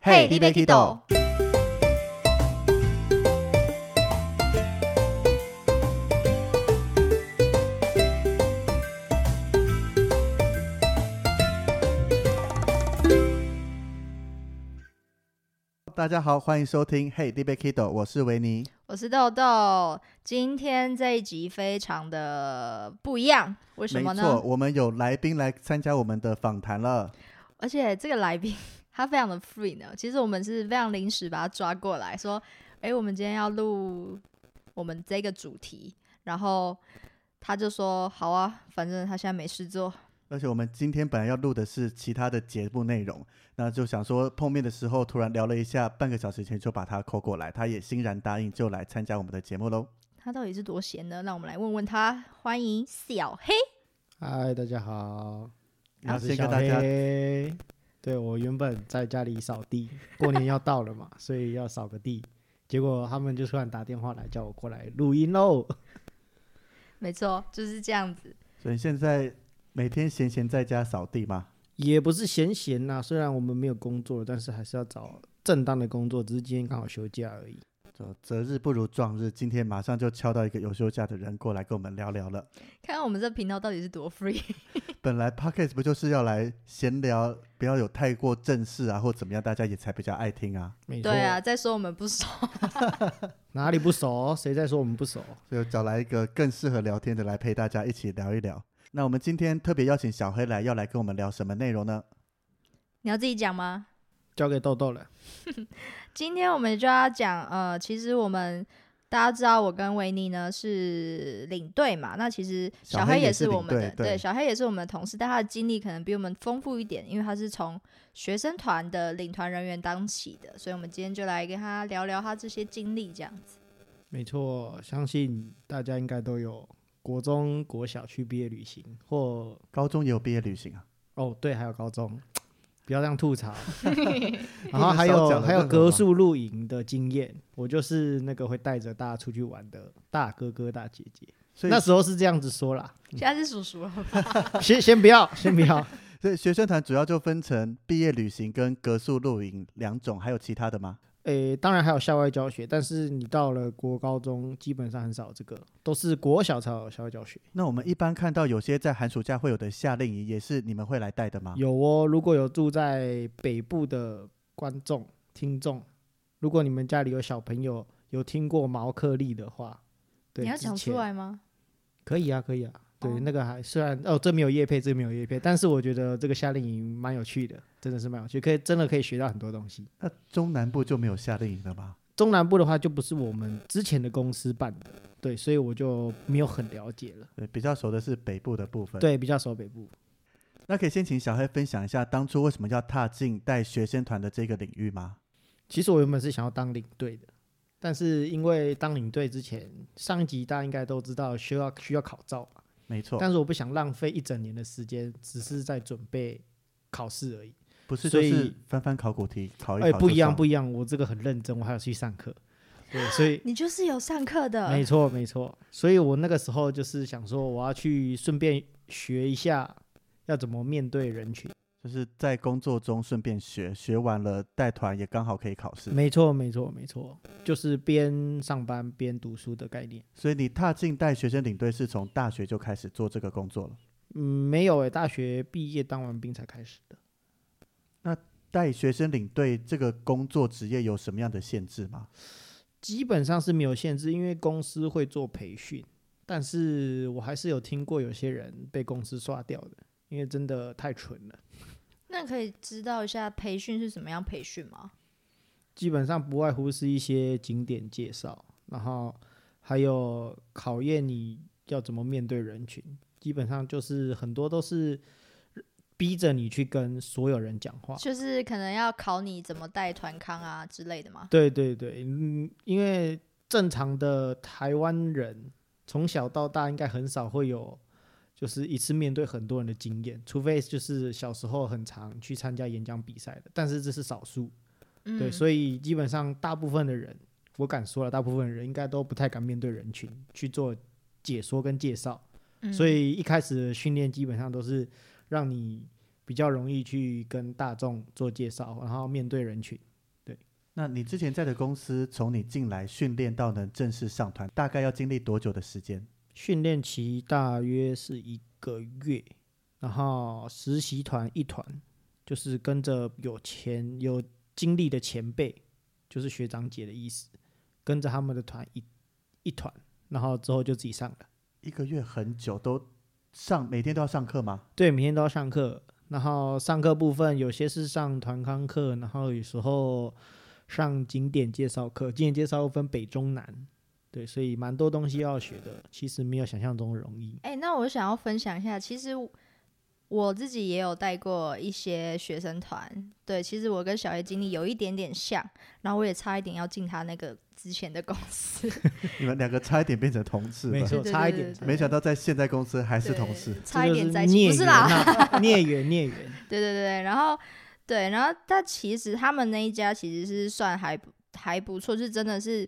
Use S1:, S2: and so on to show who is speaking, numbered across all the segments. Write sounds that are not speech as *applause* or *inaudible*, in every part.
S1: 嘿你要去倒？
S2: 大家好，欢迎收听 Hey, d b Kido，我是维尼。
S1: 我是豆豆，今天这一集非常的不一样，为什
S2: 没
S1: 么
S2: 错，
S1: 呢？
S2: 我们有来宾来参加我们的访谈了。
S1: 而且这个来宾他非常的 free 呢，其实我们是非常临时把他抓过来，说，哎、我们今天要录我们这个主题，然后他就说好啊，反正他现在没事做，
S2: 而且我们今天本来要录的是其他的节目内容，那就想说碰面的时候突然聊了一下，半个小时前就把他扣过来，他也欣然答应，就来参加我们的节目喽。
S1: 他到底是多闲呢？让我们来问问他，欢迎小黑。
S3: 嗨，大家好，
S2: 然
S3: 我
S2: 后
S3: 啊是
S2: 先跟
S3: 小
S2: 大家 *laughs*
S3: 黑。对我原本在家里扫地，过年要到了嘛，所以要扫个地。结果他们就突然打电话来叫我过来录音喽。
S1: *laughs* 没错，就是这样子。
S2: 所以现在每天闲闲在家扫地吗？
S3: 也不是闲闲呐，虽然我们没有工作，但是还是要找正当的工作，只是今天刚好休假而已。
S2: 就择日不如撞日，今天马上就敲到一个有休假的人过来跟我们聊聊了。
S1: 看看我们这频道到底是多 free。
S2: 本来 podcast 不就是要来闲聊，不要有太过正式啊，或怎么样，大家也才比较爱听啊。
S3: 没错，
S1: 对啊，再说我们不熟。
S3: 哪里不熟？谁在说我们不熟？
S2: 所以找来一个更适合聊天的来陪大家一起聊一聊。那我们今天特别邀请小黑来，要来跟我们聊什么内容呢？
S1: 你要自己讲吗？
S3: 交给豆豆了。
S1: 今天我们就要讲，呃，其实我们大家知道，我跟维尼呢是领队嘛，那其实
S2: 小
S1: 小
S2: 黑
S1: 黑
S2: 也
S1: 也
S2: 是
S1: 是我
S2: 领
S1: 们的，
S2: 队对
S1: 小黑也是我们的同事，但他的经历可能比我们丰富一点，因为他是从学生团的领团人员当起的，所以我们今天就来跟他聊聊他这些经历，这样子。
S3: 没错，相信大家应该都有国中、国小去毕业旅行或
S2: 高中也有毕业旅行啊，
S3: 哦，对，还有高中，不要这样
S1: *laughs*
S3: 吐槽。然后还
S2: 不能少
S3: 有
S2: 讲了
S3: 还
S2: 任
S3: 有
S2: 何话
S3: 格数露营的经验，我就是那个会带着大家出去玩的大哥哥大姐姐。
S2: 所以
S3: 那时候是这样子说啦，
S1: 现在是叔叔了吧，
S3: 先 *laughs* 先不要，先不要。
S2: 所以学生团主要就分成毕业旅行跟格数露营两种，还有其他的吗？
S3: 诶，当然还有校外教学，但是你到了国高中，基本上很少这个，都是国小才有校外教学。
S2: 那我们一般看到有些在寒暑假会有的夏令营，也是你们会来带的吗？
S3: 有哦，如果有住在北部的观众听众，如果你们家里有小朋友有听过毛克利的话，对，
S1: 你要
S3: 之
S1: 讲
S3: 前
S1: 出来吗？
S3: 可以啊，可以啊。对，
S1: 哦
S3: 那个还虽然哦，这没有叶配，这没有叶配，但是我觉得这个夏令营蛮有趣的，真的是蛮有趣，可以真的可以学到很多东西。
S2: 那中南部就没有夏令营了吗？
S3: 中南部的话就不是我们之前的公司办的，对，所以我就没有很了解了。
S2: 对，比较熟的是北部的部分。，
S3: 对，比较熟北部。
S2: 那可以先请小黑分享一下当初为什么要踏进带学生团的这个领域吗？
S3: 其实我原本是想要当领队的，但是因为当领队之前，上一集大家应该都知道需要需要考照嘛，
S2: 没错，
S3: 但是我不想浪费一整年的时间，只是在准备考试而已。
S2: 不是就
S3: 所以
S2: 是翻翻考古题考一哦考
S3: 哎，
S2: 就爽、
S3: 不一样，不一样，我这个很认真，我还要去上课。对，所以
S1: 你就是有上课的，
S3: 没错，没错。所以我那个时候就是想说，我要去顺便学一下要怎么面对人群。
S2: 就是在工作中顺便学，学完了带团也刚好可以考试。
S3: 没错，没错，没错，就是边上班边读书的概念。
S2: 所以你踏进带学生领队是从大学就开始做这个工作了。
S3: 嗯，没有诶、大学毕业当完兵才开始的。
S2: 带学生领队这个工作职业有什么样的限制吗？
S3: 基本上是没有限制，因为公司会做培训，但是我还是有听过有些人被公司刷掉的，因为真的太蠢了。
S1: 那可以知道一下培训是怎么样培训吗？
S3: 基本上不外乎是一些景点介绍，然后还有考验你要怎么面对人群。基本上就是很多都是逼着你去跟所有人讲话。
S1: 就是可能要考你怎么带团康啊之类的吗？
S3: 对对对，嗯，因为正常的台湾人从小到大应该很少会有。就是一次面对很多人的经验，除非就是小时候很常去参加演讲比赛的，但是这是少数。
S1: 嗯，
S3: 对，
S1: 以
S3: 所以基本上大部分的人，我敢说了，大部分人应该都不太敢面对人群去做解说跟介绍，
S1: 嗯
S3: 所以一开始的训练基本上都是让你比较容易去跟大众做介绍，然后面对人群，
S2: 那你之前在的公司，从你进来训练到能正式上团，大概要经历多久的时间？
S3: 训练期大约是一个月，然后实习团一团，就是跟着有钱有经历的前辈，就是学长姐的意思，跟着他们的团一一团，然后之后就自己上了。
S2: 一个月很久，都上每天都要上课吗？
S3: 对，每天都要上课，然后上课部分有些是上团康课，然后有时候上景点介绍课，景点介绍又分北中南，对，所以蛮多东西要学的，其实没有想象中容易。
S1: 哎、那我想要分享一下，其实我我自己也有带过一些学生团，对，其实我跟小叶经历有一点点像，然后我也差一点要进他那个之前的公司，
S2: 你们两个差一点变成同事
S3: 没
S2: 吧？
S3: 错，
S1: 对对
S3: 差一
S1: 对
S3: 点
S1: 对，
S2: 没想到在现在公司还是同事。
S1: 对
S3: 这
S1: 差一
S3: 就
S1: 点
S3: 是
S1: 在一起，
S3: 孽
S1: 不是
S3: 缘
S1: 啦，
S3: 啊，
S1: *laughs*
S3: 孽缘孽缘，
S1: 对对对，然后对，然后但其实他们那一家其实是算还不还不错，是真的是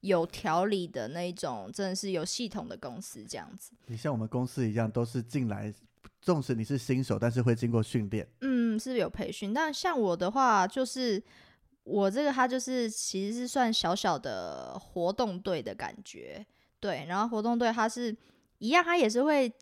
S1: 有条理的那一种，真的是有系统的公司这样子。
S2: 你像我们公司一样，都是进来，纵使你是新手，但是会经过训练。
S1: 嗯，是有培训，但像我的话，就是我这个他就是其实是算小小的活动队的感觉，对，然后活动队他是一样，他也是会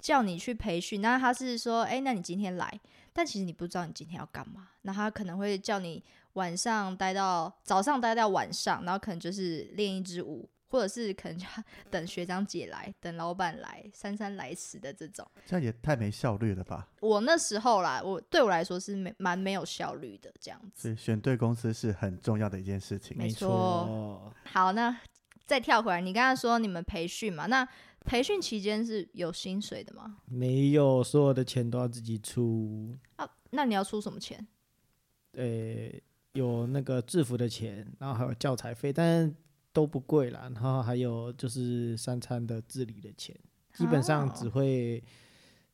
S1: 叫你去培训，但是他是说，哎、那你今天来，但其实你不知道你今天要干嘛，那他可能会叫你晚上待到早上待到晚上，然后可能就是练一支舞。或者是可能就要 *laughs* 等学长姐来，等老板来，姗姗来迟的这种。
S2: 这样也太没效率了吧？
S1: 我那时候啦，我对我来说是没蛮没有效率的这样子。
S2: 所以选对公司是很重要的一件事情。
S1: 没错
S3: 错。
S1: 好，那再跳回来，你刚才说你们培训嘛，那培训期间是有薪水的吗？
S3: 没有所有的钱都要自己出，
S1: 啊，那你要出什么钱？
S3: 呃，有那个制服的钱，然后还有教材费，但都不贵啦。然后还有就是三餐的自理的钱，基本上只
S1: 哦
S3: 会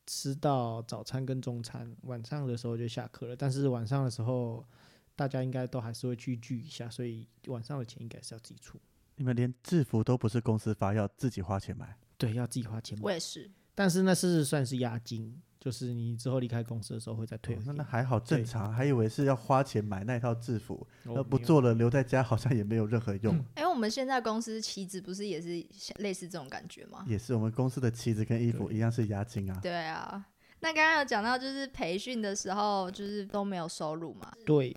S3: 吃到早餐跟中餐，晚上的时候就下课了。但是晚上的时候，大家应该都还是会去聚一下，所以晚上的钱应该是要自己出。
S2: 你们连制服都不是公司发，要自己花钱买。
S3: 对，要自己花钱
S1: 我
S3: 买，
S1: 也是，
S3: 但是那是算是押金，就是你之后离开公司的时候会再退
S2: 哦
S3: 回给
S2: 那
S3: 你。
S2: 那还好正
S3: 对
S2: 常，还以为是要花钱买那套制服，
S3: 我
S2: 哦那不
S3: 没有
S2: 做了留在家好像也没有任何用。
S1: 因为我们现在公司旗子不是也是像类似这种感觉
S3: 嗯
S1: 吗？
S2: 也是我们公司的旗子跟衣服
S3: 对
S2: 一样是押金啊。
S1: 对啊。那刚刚有讲到，就是培训的时候，就是都没有收入嘛。
S3: 对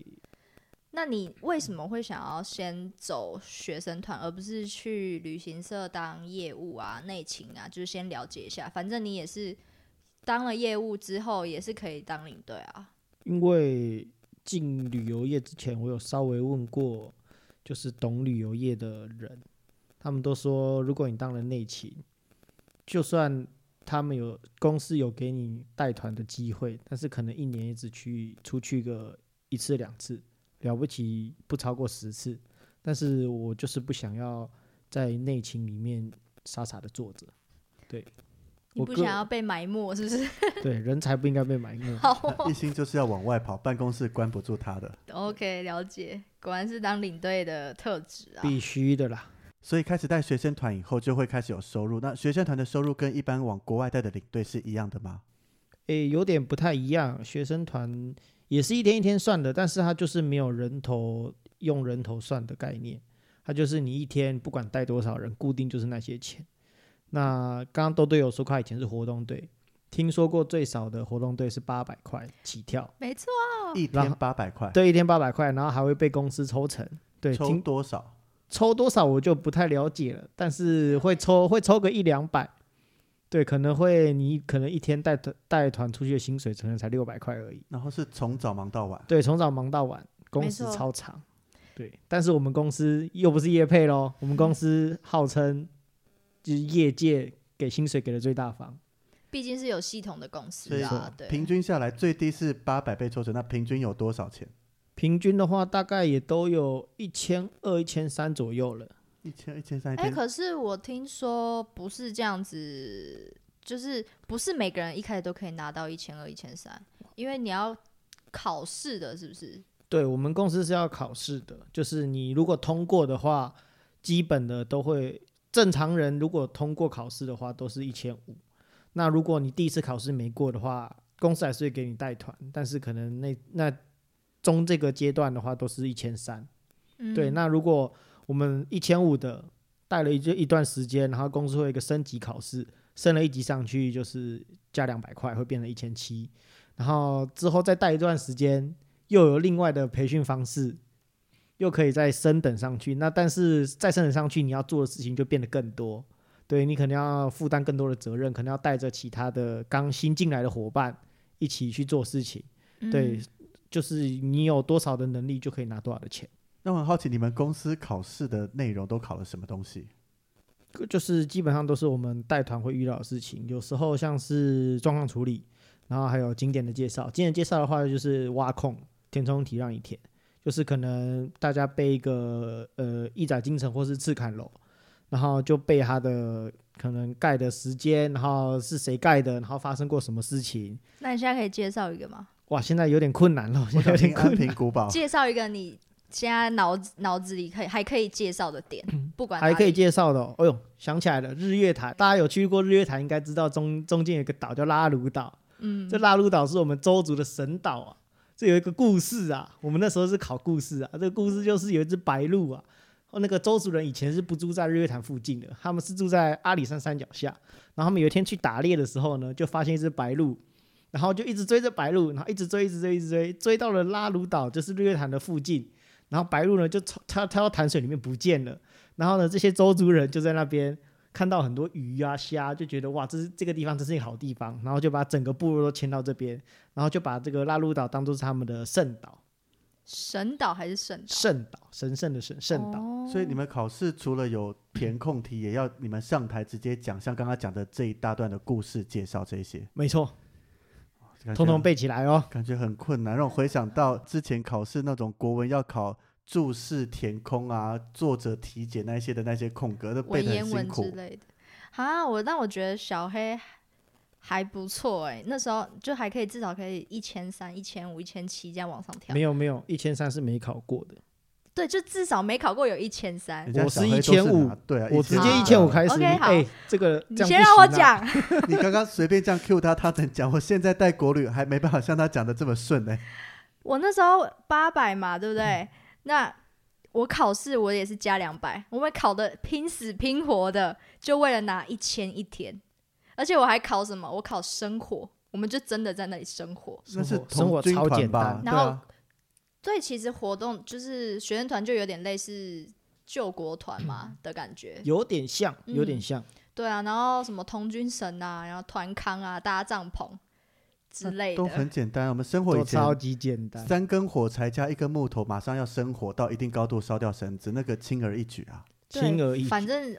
S1: 那你为什么会想要先走学生团，而不是去旅行社当业务啊、内勤啊？就是先了解一下，反正你也是当了业务之后，也是可以当领队啊。
S3: 因为进旅游业之前，我有稍微问过，就是懂旅游业的人，他们都说，如果你当了内勤，就算他们有公司有给你带团的机会，但是可能一年也只去出去个一次两次，了不起不超过十次。但是我就是不想要在内勤里面傻傻的坐着，
S1: 你
S3: 我
S1: 不
S3: 个
S1: 想要被埋没，是不是？
S3: 对，人才不应该被埋没。
S1: 好
S2: 那一心就是要往外跑，办公室关不住他的。
S1: ，OK，了解。果然是当领队的特质啊。
S3: 必须的啦，
S2: 所以开始带学生团以后，就会开始有收入。那学生团的收入跟一般往国外带的领队是一样的吗？
S3: 诶，有点不太一样。学生团也是一天一天算的，但是它就是没有人头用人头算的概念，它就是你一天不管带多少人，固定就是那些钱。那刚刚都队友说，他以前是活动队，听说过最少的活动队是八百块起跳，
S1: 没错，
S2: 一
S3: 然
S2: 天
S3: 后
S2: 八百块，
S3: 对，一天八百块，然后还会被公司抽成。对，
S2: 抽
S3: 听
S2: 多少？
S3: 抽多少我就不太了解了，但是会抽会抽个一两百，对，可能会你可能一天带团带团出去的薪水可能才六百块而已。
S2: 然后是从早忙到晚。
S3: 对，从早忙到晚，工时
S1: 错
S3: 超长。对，但是我们公司又不是业配喽，我们公司号称就是业界给薪水给的最大方，
S1: 毕竟是有系统的公司
S2: 所以
S1: 啊
S3: 说。
S1: 对，
S2: 平均下来最低是八百被抽成，那平均有多少钱？
S3: 平均的话大概也都有一千二、一千三左右了。
S2: 一千、一千三、一
S1: 哎、
S2: 天。
S1: 可是我听说不是这样子，就是不是每个人一开始都可以拿到一千二、一千三，因为你要考试的，是不是？
S3: 对我们公司是要考试的，就是你如果通过的话，基本的都会。正常人如果通过考试的话，都是一千五。那如果你第一次考试没过的话，公司还是会给你带团，但是可能那那中这个阶段的话，都是一千三。
S1: 嗯
S3: 对，那如果我们一千五的带了一就一段时间，然后公司会有一个升级考试，升了一级上去就是加两百块，会变成一千七。然后之后再带一段时间，又有另外的培训方式，又可以再升等上去。那但是再升等上去，你要做的事情就变得更多。对你可能要负担更多的责任，可能要带着其他的刚新进来的伙伴一起去做事情。
S1: 嗯
S3: 对，就是你有多少的能力，就可以拿多少的钱。
S2: 那我很好奇，你们公司考试的内容都考了什么东西？
S3: 就是基本上都是我们带团会遇到的事情，有时候像是状况处理，然后还有景点的介绍。景点介绍的话，就是挖空填充题让你填，就是可能大家背一个呃一载京城或是赤坎楼，然后就背它的可能盖的时间，然后是谁盖的，然后发生过什么事情。
S1: 那你现在可以介绍一个吗？
S3: 哇，现在有点困难了，
S2: 我
S3: 现在
S2: 想
S3: 有点
S2: 听安
S3: 困
S2: 平
S3: 难。
S2: 古
S1: *laughs*
S2: 堡，
S1: 介绍一个你现在脑子脑子里可以还可以介绍的点，不管
S3: 嗯还
S1: 哪
S3: 可以
S1: 里
S3: 介绍的、哦，哎呦，想起来了，日月潭，大家有去过日月潭，应该知道中中间有个岛叫拉鲁岛，
S1: 嗯
S3: 这，拉鲁岛是我们周族的神岛啊，这有一个故事啊，我们那时候是考故事啊，这个故事就是有一只白鹭啊，哦那个周族人以前是不住在日月潭附近的，他们是住在阿里山山脚下，然后他们有一天去打猎的时候呢，就发现一只白鹭。然后就一直追着白鹭，然后一直追，一直追，一直追，追到了拉鲁岛，就是日月潭的附近。然后白鹭呢就跳跳跳到潭水里面不见了。然后呢，这些周族人就在那边看到很多鱼啊、虾，就觉得哇，这是这个地方真是一个好地方，然后就把整个部落都迁到这边，然后就把这个拉鲁岛当做是他们的圣岛，
S1: 神岛还是圣岛？
S3: 圣岛，神圣的神圣岛。
S1: 哦
S2: 所以你们考试除了有填空题，也要你们上台直接讲，像刚刚讲的这一大段的故事介绍这些，
S3: 没错，
S2: 感觉
S3: 通通背起来哦。
S2: 感觉很困难，让我回想到之前考试那种国文要考注释、填空啊、作者题解那一些的那些空格，都背
S1: 文
S2: 得
S1: 言
S2: 很辛
S1: 文之
S2: 苦。
S1: 类的。啊，我但我觉得小黑还不错哎、那时候就还可以至少可以一千三、一千五、一千七这样往上跳
S3: 没。有没有，一千三是没考过的，
S1: 对，就至少没考过有一千三
S2: 人。家
S3: 我
S2: 小
S3: 是
S2: 黑都
S3: 1500
S2: 拿，对啊，
S3: 我直接一千五
S2: 1500。
S3: 开始。
S1: OK，好
S3: 哎，这个
S1: 你
S3: 这样
S1: 先
S3: 不
S1: 让我
S3: 行啊，
S1: 讲，
S2: *laughs* 你刚刚随便这样 Q 他，他能讲？我现在带国旅还没办法像他讲的这么顺呢、
S1: 我那时候八百嘛，对不
S3: 嗯
S1: 对？那我考试我也是加两百，我们考的拼死拼活的，就为了拿一千一天。而且我还考什么？我考生活，我们就真的在那里生活。
S2: 那是
S3: 生活生
S2: 同
S3: 活
S2: 军
S3: 超
S2: 团
S3: 简
S2: 吧
S3: 单？，
S2: 对
S1: 然后
S2: 啊
S1: 所以其实活动就是学生团，就有点类似救国团
S3: 嗯
S1: 嘛的感觉。
S3: 有点像，有点
S1: 嗯
S3: 像。
S1: 对啊，然后什么童军绳啊，然后团康啊，搭帐篷之类
S2: 都
S1: 的。
S2: 很简单。我们生活以
S3: 都
S2: 前
S3: 超级简单，
S2: 三根火柴加一根木头，马上要生火到一定高度烧掉绳子，那个轻而易举啊。
S1: 对
S3: 轻而易举。
S1: 反正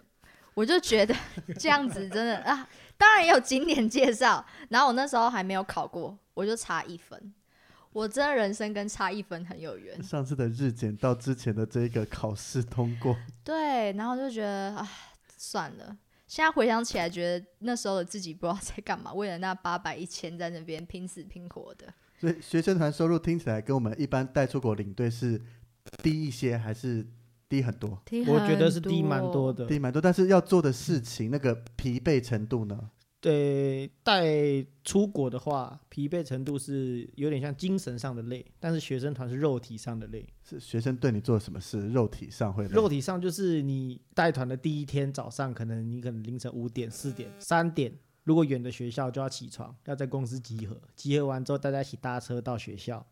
S1: 我就觉得 *laughs* 这样子真的啊，当然也有景点介绍。然后我那时候还没有考过，我就差一分。我真的人生跟差一分很有缘。
S2: 上次的日检到之前的这个考试通过，
S1: 对，然后就觉得啊，算了。现在回想起来，觉得那时候的自己不知道在干嘛，为了那八百一千在那边拼死拼活的。
S2: 所以学生团收入听起来跟我们一般带出国领队是低一些，还是低很多？
S3: 我觉得是低蛮多
S1: 的。
S3: 的，
S2: 低蛮多，但是要做的事情那个疲惫程度呢？
S3: 对，呃带出国的话，疲惫程度是有点像精神上的累，但是学生团是肉体上的累。
S2: 是学生对你做了什么事？肉体上会累
S3: 肉体上就是你带团的第一天早上，可能你可能凌晨五点、四点、三点，如果远的学校就要起床，要在公司集合，集合完之后大家一起搭车到学校。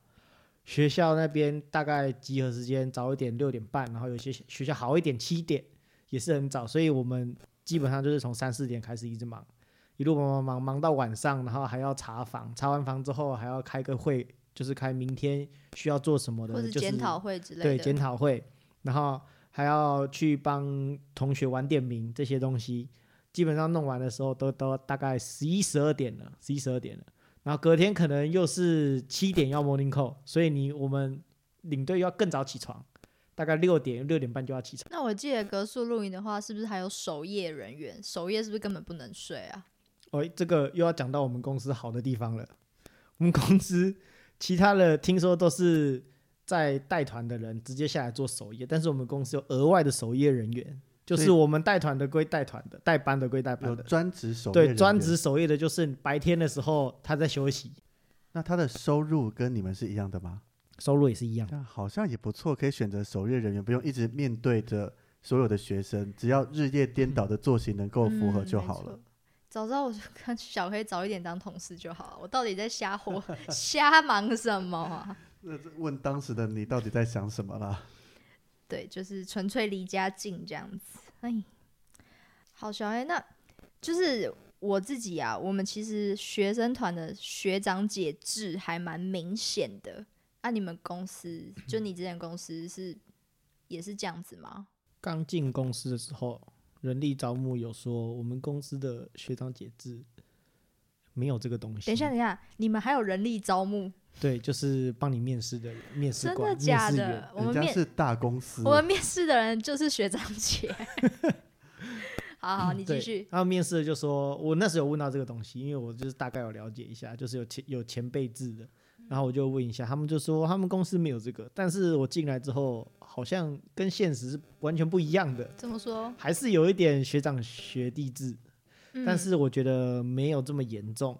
S3: 学校那边大概集合时间早一点六点半，然后有些学校好一点七点也是很早，所以我们基本上就是从三四点开始一直忙，一路忙忙忙忙到晚上，然后还要查房，查完房之后还要开个会，就是开明天需要做什么的，
S1: 或是
S3: 就是
S1: 检讨会之类的。
S3: 对检讨会，然后还要去帮同学玩点名这些东西，基本上弄完的时候都都大概十一十二点了，十一十二点了。然后隔天可能又是七点要 morning call，所以你我们领队要更早起床，大概六点六点半就要起床。
S1: 那我记得格数露营的话，是不是还有守夜人员？守夜是不是根本不能睡啊？
S3: 哦，这个又要讲到我们公司好的地方了。我们公司其他的听说都是在带团的人直接下来做首页，但是我们公司有额外的首页人员，就
S2: 所
S3: 是我们带团的归带团的，带班的归带班
S2: 有
S3: 的。
S2: 专职守夜人
S3: 对，
S2: 员
S3: 专职。首页的就是白天的时候他在休息，
S2: 那他的收入跟你们是一样的吗？
S3: 收入也是一样。
S2: 但好像也不错，可以选择守夜人员，不用一直面对着所有的学生，只要日夜颠倒的作息能够符合
S1: 嗯
S2: 就
S1: 没
S2: 好了。
S1: 错早知道我就跟小黑早一点当同事就好了。我到底在瞎活， *laughs* 瞎忙什么啊？
S2: 那这问当时的你到底在想什么啦？
S1: 对，就是纯粹离家近这样子。哎，好，小黑，那就是我自己啊。我们其实学生团的学长姐制还蛮明显的。那、你们公司，就你之前公司是也是这样子吗？
S3: 刚进公司的时候，人力招募有说我们公司的学长姐制没有这个东西。
S1: 等一下，，等一下，你们还有人力招募？
S3: 对，就是帮你面试的人，面试
S1: 真
S3: 官、
S1: 的假
S3: 面试员
S1: 的？我
S2: 人
S1: 们
S2: 家
S1: 面
S2: 是大公司，
S1: 我们面试的人就是学长姐。好好，你继
S3: 对
S1: 续。
S3: 然后面试的就说，我那时候有问到这个东西，因为我就是大概有了解一下，就是有前有前辈制的，然后我就问一下，他们就说他们公司没有这个，但是我进来之后，好像跟现实是完全不一样的，
S1: 这么说，
S3: 还是有一点学长学弟制，
S1: 嗯、
S3: 但是我觉得没有这么严重，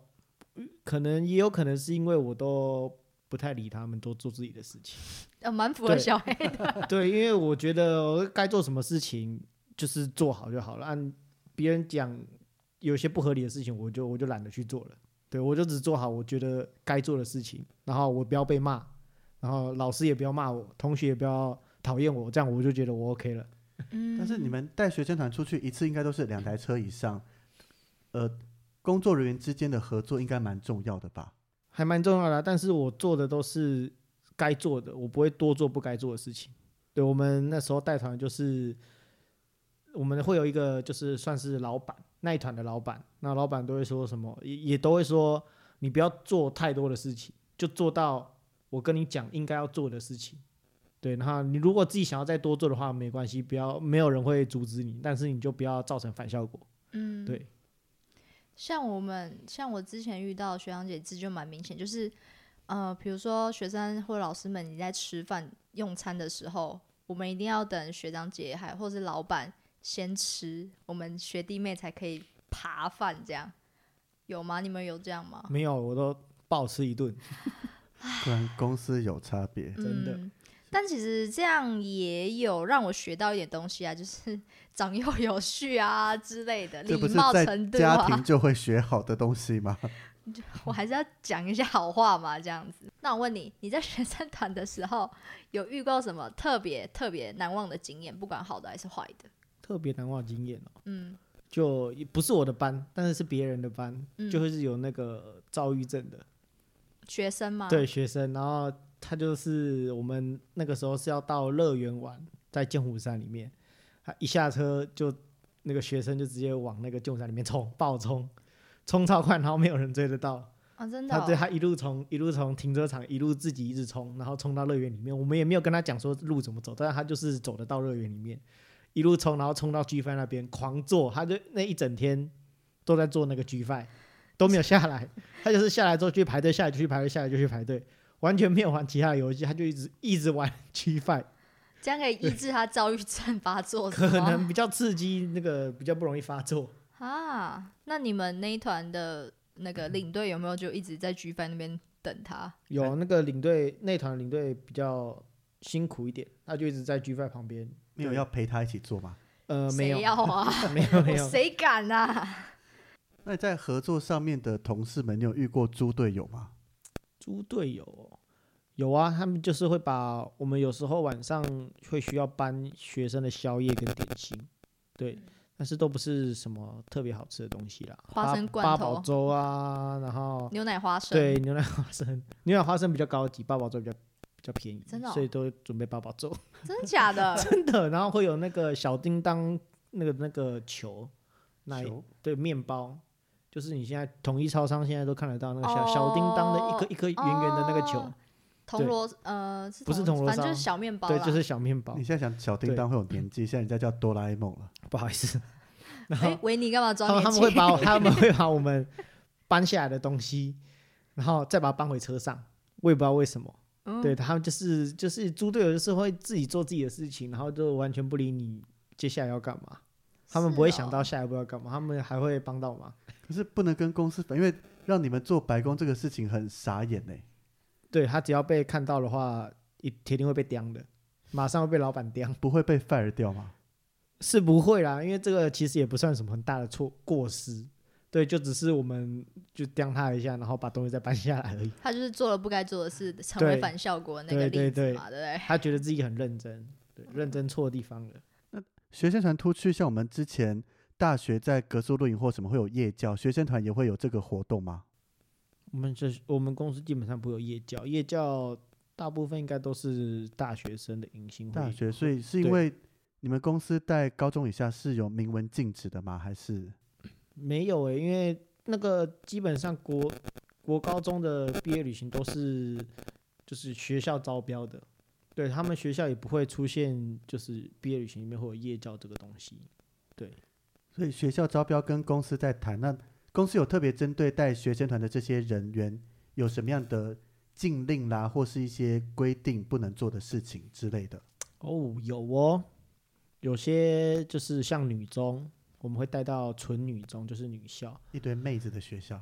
S3: 可能也有可能是因为我都。不太理他们，都做自己的事情。
S1: 呃，蛮符合
S3: 对
S1: 小黑的。
S3: *laughs* 对，因为我觉得我该做什么事情就是做好就好了。按别人讲有些不合理的事情，我就我就懒得去做了。对我就只做好我觉得该做的事情，然后我不要被骂，然后老师也不要骂我，同学也不要讨厌我，这样我就觉得我 OK 了。
S1: 嗯，
S2: 但是你们带学生团出去一次应该都是两台车以上，呃，工作人员之间的合作应该蛮重要的吧？
S3: 还蛮重要的啊、但是我做的都是该做的，我不会多做不该做的事情。对我们那时候带团就是，我们会有一个就是算是老板那一团的老板，那老板都会说什么，也也都会说你不要做太多的事情，就做到我跟你讲应该要做的事情。对，然后你如果自己想要再多做的话，没关系，不要没有人会阻止你，但是你就不要造成反效果。
S1: 嗯，
S3: 对。
S1: 像我们，像我之前遇到的学长姐制就蛮明显，就是呃，比如说学生或老师们你在吃饭用餐的时候，我们一定要等学长姐还或是老板先吃，我们学弟妹才可以扒饭这样。有吗？你们有这样吗？
S3: 没有，我都暴吃一顿。
S2: 不然公司有差别。
S3: 真的
S1: 嗯。但其实这样也有让我学到一点东西啊，就是 *laughs* 长幼有序啊之类的，礼
S2: 这不是
S1: 貌
S2: 在
S1: 程度
S2: 家庭
S1: 啊。
S2: 就会学好的东西
S1: *laughs*
S2: 吗？
S1: 我还是要讲一下好话嘛，这样子。那我问你，你在学生团的时候有遇过什么特别特别难忘的经验？不管好的还是坏的，
S3: 特别难忘的经验哦。
S1: 嗯，
S3: 就也不是我的班，但是是别人的班，
S1: 嗯
S3: 就会是有那个躁郁症的、
S1: 学生嘛，
S3: 对，学生，然后他就是我们那个时候是要到乐园玩，在剑湖山里面，他一下车就那个学生就直接往那个剑湖山里面冲，暴冲，冲超快，然后没有人追得到，
S1: 啊，真的
S3: 他
S1: 哦、
S3: 对他一路从一路从停车场一路自己一直冲，
S1: 哦
S3: 然后冲到乐园里面。我们也没有跟他讲说路怎么走，但是他就是走得到乐园里面，一路冲，然后冲到 G Five 那边狂坐，他就那一整天都在做那个 G Five，都没有下来。他就是下来之后去排队，下来就去排队，下来就去排队，完全没有玩其他的游戏，他就一直一直玩 G Five，
S1: 这样可以抑制他躁郁症发
S3: *laughs*
S1: 作是
S3: 可
S1: 吗，
S3: 能比较刺激，那个比较不容易发作。
S1: 啊。那你们那一团的那个领队有没有就一直在 G 班那边等他？
S3: 有啊那个领队那团领队比较辛苦一点，他就一直在 G Five 旁边。
S2: 没有要陪他一起做吗？
S3: 呃，没有
S1: 谁，要啊？
S3: *laughs* 没有，没有
S1: 我，谁敢啊？ *laughs*
S2: 那你在合作上面的同事们，你有遇过猪队友吗？
S3: 猪队友哦有啊，他们就是会把我们有时候晚上会需要搬学生的宵夜跟点心，
S1: 嗯
S3: 对，但是都不是什么特别好吃的东西啦，
S1: 花生
S3: 八
S1: 罐
S3: 八
S1: 头
S3: 宝粥啊，然后
S1: 牛奶花生，
S3: 对牛奶花生，牛奶花生比较高级，八宝粥比较比较便宜，
S1: 真的哦
S3: 所以都准备八宝粥，
S1: 真的假
S3: *laughs*
S1: 的？
S3: 真的，然后会有那个小叮当那个那个球，奶
S2: 球
S3: 对面包。就是你现在统一超商现在都看得到那个小、
S1: 哦
S3: 小叮当的一颗一颗圆圆的那个球，
S1: 哦铜锣呃是
S3: 不是铜锣
S1: 反正就是
S3: 烧
S1: 小面包
S3: 对，
S1: 啦
S3: 就是小面
S1: 哦
S3: 包
S2: 你。现在想小叮当会有年纪，现在人家叫哆啦 A 梦了。
S3: 不好意思，然
S1: 哎
S3: 后，
S1: 维尼干嘛装
S3: *laughs* 他
S1: 年
S3: 们他们
S1: 轻？
S3: 会把我他们会把我们搬下来的东西，然后再把它搬回车上。我也不知道为什么，
S1: 嗯
S3: 对他们就是就是猪队友，就是会自己做自己的事情，然后就完全不理你接下来要干嘛。他们不会想到
S1: 是哦
S3: 下一步要干嘛，他们还会帮到忙。
S2: 可是不能跟公司反，因为让你们做白工这个事情很傻眼呢、欸
S3: 对他只要被看到的话，一铁定会被刁的，马上会被老板刁。 *laughs*
S2: 不会被 fire 掉吗？
S3: 是不会啦，因为这个其实也不算什么很大的错过失，对，就只是我们就刁他一下，然后把东西再搬下来而已。
S1: 他就是做了不该做的事，成为
S3: 对
S1: 反效果的那个
S3: 对
S1: 例
S3: 对
S1: 子嘛，对不对？
S3: 他觉得自己很认真，对，认真错地方了。
S2: 学生团突去，像我们之前大学在格苏露营或什么会有夜教，学生团也会有这个活动吗？
S3: 我们这我们公司基本上不会有夜教，夜教大部分应该都是大学生的迎新会。
S2: 大学，所以是因
S3: 对
S2: 为你们公司在高中以下是有明文禁止的吗？还是
S3: 没有诶、欸因为那个基本上国国高中的毕业旅行都是就是学校招标的，对他们学校也不会出现就是毕业旅行里面会有夜教这个东西。
S2: 所以学校招标跟公司在谈？那公司有特别针对带学生团的这些人员有什么样的禁令啦，或是一些规定不能做的事情之类的？
S3: 哦，有哦，有些就是像女中，我们会带到纯女中，就是女校，
S2: 一堆妹子的学校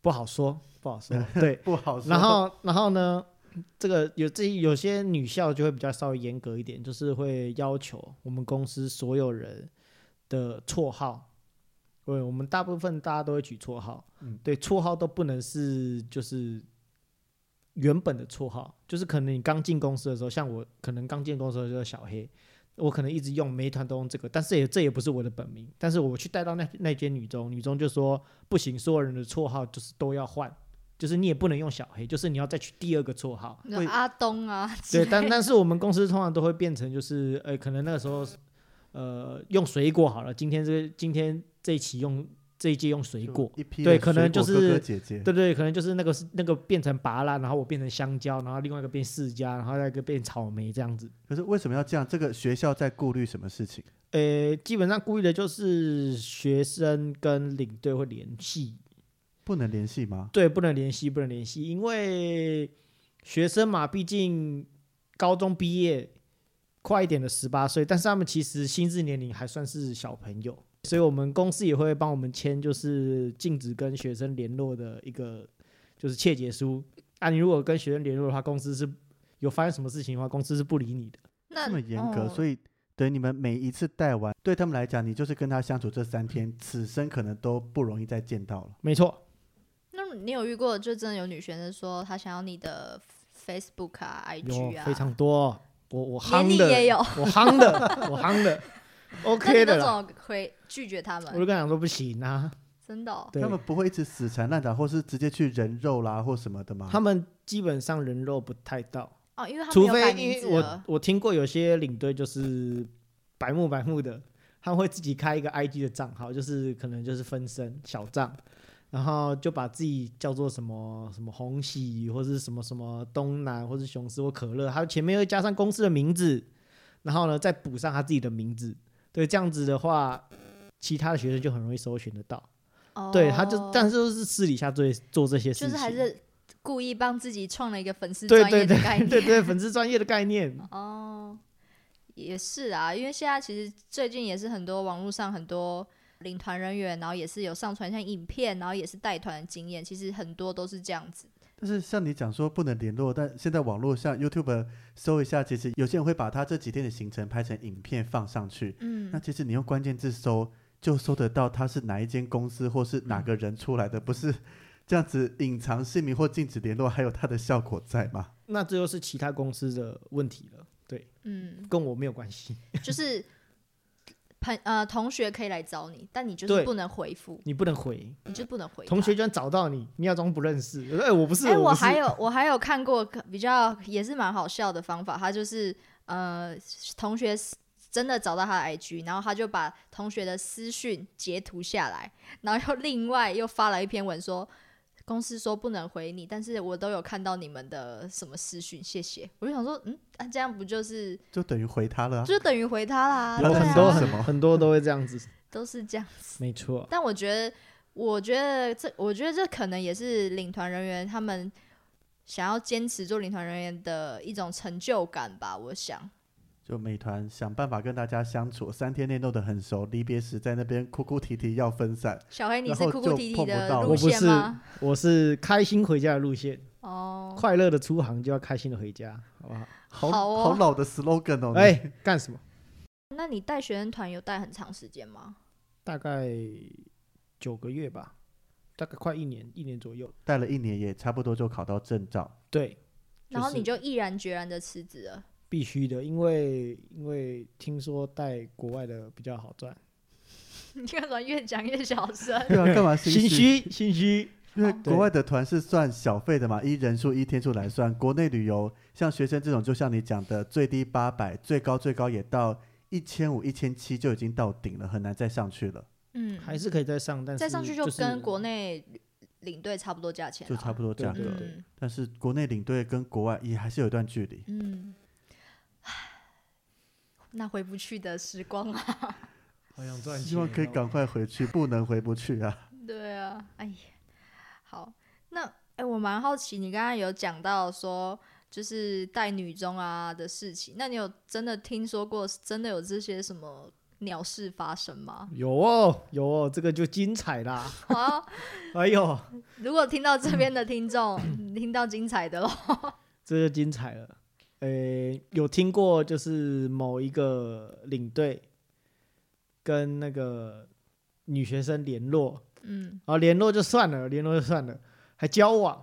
S3: 不好说，不好说，对。
S2: 不好说。
S3: 然后，然后呢，这个有这有些女校就会比较稍微严格一点，就是会要求我们公司所有人的绰号。对，我们大部分大家都会取绰号，
S2: 嗯
S3: 对，绰号都不能是就是原本的绰号，就是可能你刚进公司的时候，像我可能刚进公司的时候叫小黑，我可能一直用每一团都用这个，但是也这也不是我的本名，但是我去带到那那间女中，女中就说不行，所有人的绰号就是都要换，就是你也不能用小黑，就是你要再取第二个绰号，
S1: 你说
S2: 会
S1: 阿东啊， *laughs*
S3: 对，但
S1: 那
S3: 但是我们公司通常都会变成就是，呃，可能那个时候，呃，用水果好了，今天这今天这一期用这一届用水
S2: 就
S3: 果，
S2: 一批
S3: 对
S2: 的
S3: 可能
S2: 水果哥
S3: 就
S2: 哥
S3: 是
S2: 姐姐
S3: 对对，可能就是那个是那个变成拔啦，然后我变成香蕉，然后另外一个变释迦，然后再一个变草莓这样子。
S2: 可是为什么要这样？这个学校在顾虑什么事情？
S3: 呃，基本上故意的就是学生跟领队会联系，
S2: 不能联系吗？
S3: 对，不能联系，不能联系，因为学生嘛，毕竟高中毕业快一点的十八岁，但是他们其实心智年龄还算是小朋友，所以我们公司也会帮我们签，就是禁止跟学生联络的一个就是切结书啊。你如果跟学生联络的话，公司是有发生什么事情的话，公司是不理你的。
S1: 那哦
S2: 这么严
S3: 哦
S2: 格，
S1: 以
S2: 所以等于你们每一次带完，对他们来讲，你就是跟他相处这三
S3: 嗯
S2: 天，此生可能都不容易再见到了。
S3: 没错，
S1: 那你有遇过就真的有女学生说她想要你的 Facebook 啊、
S3: 有
S1: IG 啊，
S3: 非常多，哦我我
S1: 连你
S3: 夯的，
S1: 也有
S3: 我夯的，我夯的
S1: *laughs* 那你
S3: ，OK 的
S1: 那
S3: 啦。
S1: 种回拒绝他
S3: 我就
S1: 们，
S3: 跟他讲说不行啊。
S1: 真的哦、
S3: 对
S2: 他们不会一直死缠烂打，或是直接去人肉啦，或什么的吗？
S3: 他们基本上人肉不太到，
S1: 哦，因为他
S3: 除
S1: 们有
S3: 非
S1: 改
S3: 因
S1: 名
S3: 为
S1: 字
S3: 我
S1: 了，
S3: 我听过有些领队就是白目白目的，他会自己开一个 IG 的账号，就是可能就是分身小账，然后就把自己叫做什么什么红喜或是什么什么东南或是雄狮或可乐，还有前面会加上公司的名字，然后呢再补上他自己的名字，对，这样子的话，其他的学生就很容易搜寻得到，
S1: 哦
S3: 对，他就但是都是私底下做做这些事
S1: 就
S3: 情，
S1: 是还是故意帮自己创了一个粉丝
S3: 对
S1: 专业
S3: 对
S1: 的概念， *laughs*
S3: 对对粉丝专业的概念，
S1: 哦，也是啊，因为现在其实最近也是很多网络上很多领团人员，然后也是有上传像影片，然后也是带团的经验，其实很多都是这样子。
S2: 但是像你讲说不能联络，但现在网络像 YouTube 搜一下，其实有些人会把他这几天的行程拍成影片放上去。那
S1: 嗯，
S2: 其实你用关键字搜，就搜得到他是哪一间公司或是哪个人出来的，不是这样子隐藏姓名或禁止联络，还有它的效果在吗？
S3: 那这就是其他公司的问题了，对，
S1: 嗯，
S3: 跟我没有关系。
S1: 就是朋呃同学可以来找你，但你就是
S3: 对
S1: 不能回复，
S3: 你不能回，
S1: 你就不能回他
S3: 同学。居然找到你，你要装不认识。哎、我不是，
S1: 哎、
S3: 我
S1: 我
S3: 不是
S1: 还有我还有看过可比较也是蛮好笑的方法，他就是呃同学私真的找到他的 IG，然后他就把同学的私讯截图下来，然后又另外又发了一篇文说。公司说不能回你，但是我都有看到你们的什么私讯，谢谢。我就想说，嗯，啊、这样不就是
S2: 就等于回他了、啊。
S1: 就等于回他啦？
S2: 有
S1: 对
S3: 很
S1: 啊
S3: 多
S2: 什么
S3: 很很多都会这样子，
S1: 都是这样
S3: 没错。
S1: 但我觉得，我觉得这，我觉得这可能也是领团人员他们想要坚持做领团人员的一种成就感吧。我想，
S2: 就美团想办法跟大家相处，三天内弄得很熟，离别时在那边哭哭啼啼要分散，
S1: 小黑，你
S2: 然
S1: 是
S2: 后
S1: 哭哭
S2: 就
S1: 啼啼
S2: 碰不
S1: 的
S2: 到
S1: 路
S2: 了
S1: 线吗？
S3: 我是开心回家的路线，
S1: *laughs* 哦，
S3: 快乐的出航就要开心的回家，好不好？
S2: 好
S1: 好哦
S2: 好老的 slogan 哦。
S3: 哎、
S2: 你，
S3: 干什么？
S1: 那你带学生团有带很长时间吗？
S3: 大概九个月吧，大概快一年，一年左右。
S2: 带了一年也差不多就考到证照， *laughs*
S3: 对，
S1: 然后
S3: 是
S1: 你就毅然决然的辞职了，
S3: 必须的，因为因为听说带国外的比较好赚，
S1: *laughs* 你为什么越讲越小声？
S2: 对啊，干嘛心虚？
S3: 心虚心虚。
S2: 因为
S3: 对
S2: 国外的团是算小费的嘛，依人数依天数来算。国内旅游像学生这种，就像你讲的，最低八百，最高最高也到一千五、一千七就已经到顶了，很难再上去了，
S1: *laughs* 嗯，
S3: 还是可以再上，但是
S1: 再上去
S3: 就
S1: 就是跟国内领队差不多价钱
S2: 就
S1: 了，
S2: 差不多这样。
S3: 对对对
S1: 嗯
S2: 但是国内领队跟国外也还是有一段距离。
S1: 嗯，唉那回不去的时光啊，
S3: 好想赚钱哦，？
S2: 希望可以赶快回去，不能回不去啊！
S1: 对啊，哎呀，好，那哎、我蛮好奇，你刚刚有讲到说就是带女中啊的事情，那你有真的听说过真的有这些什么鸟事发生吗 *laughs*
S3: 有哦有哦，这个就精彩啦！ *laughs*
S1: 啊，
S3: 哎呦，
S1: 如果听到这边的听 *laughs* 众你听到精彩的喽，
S3: 这就精彩了。呃，有听过就是某一个领队跟那个女学生联络，
S1: 嗯，
S3: 然后联络就算了，联络就算了，还交往，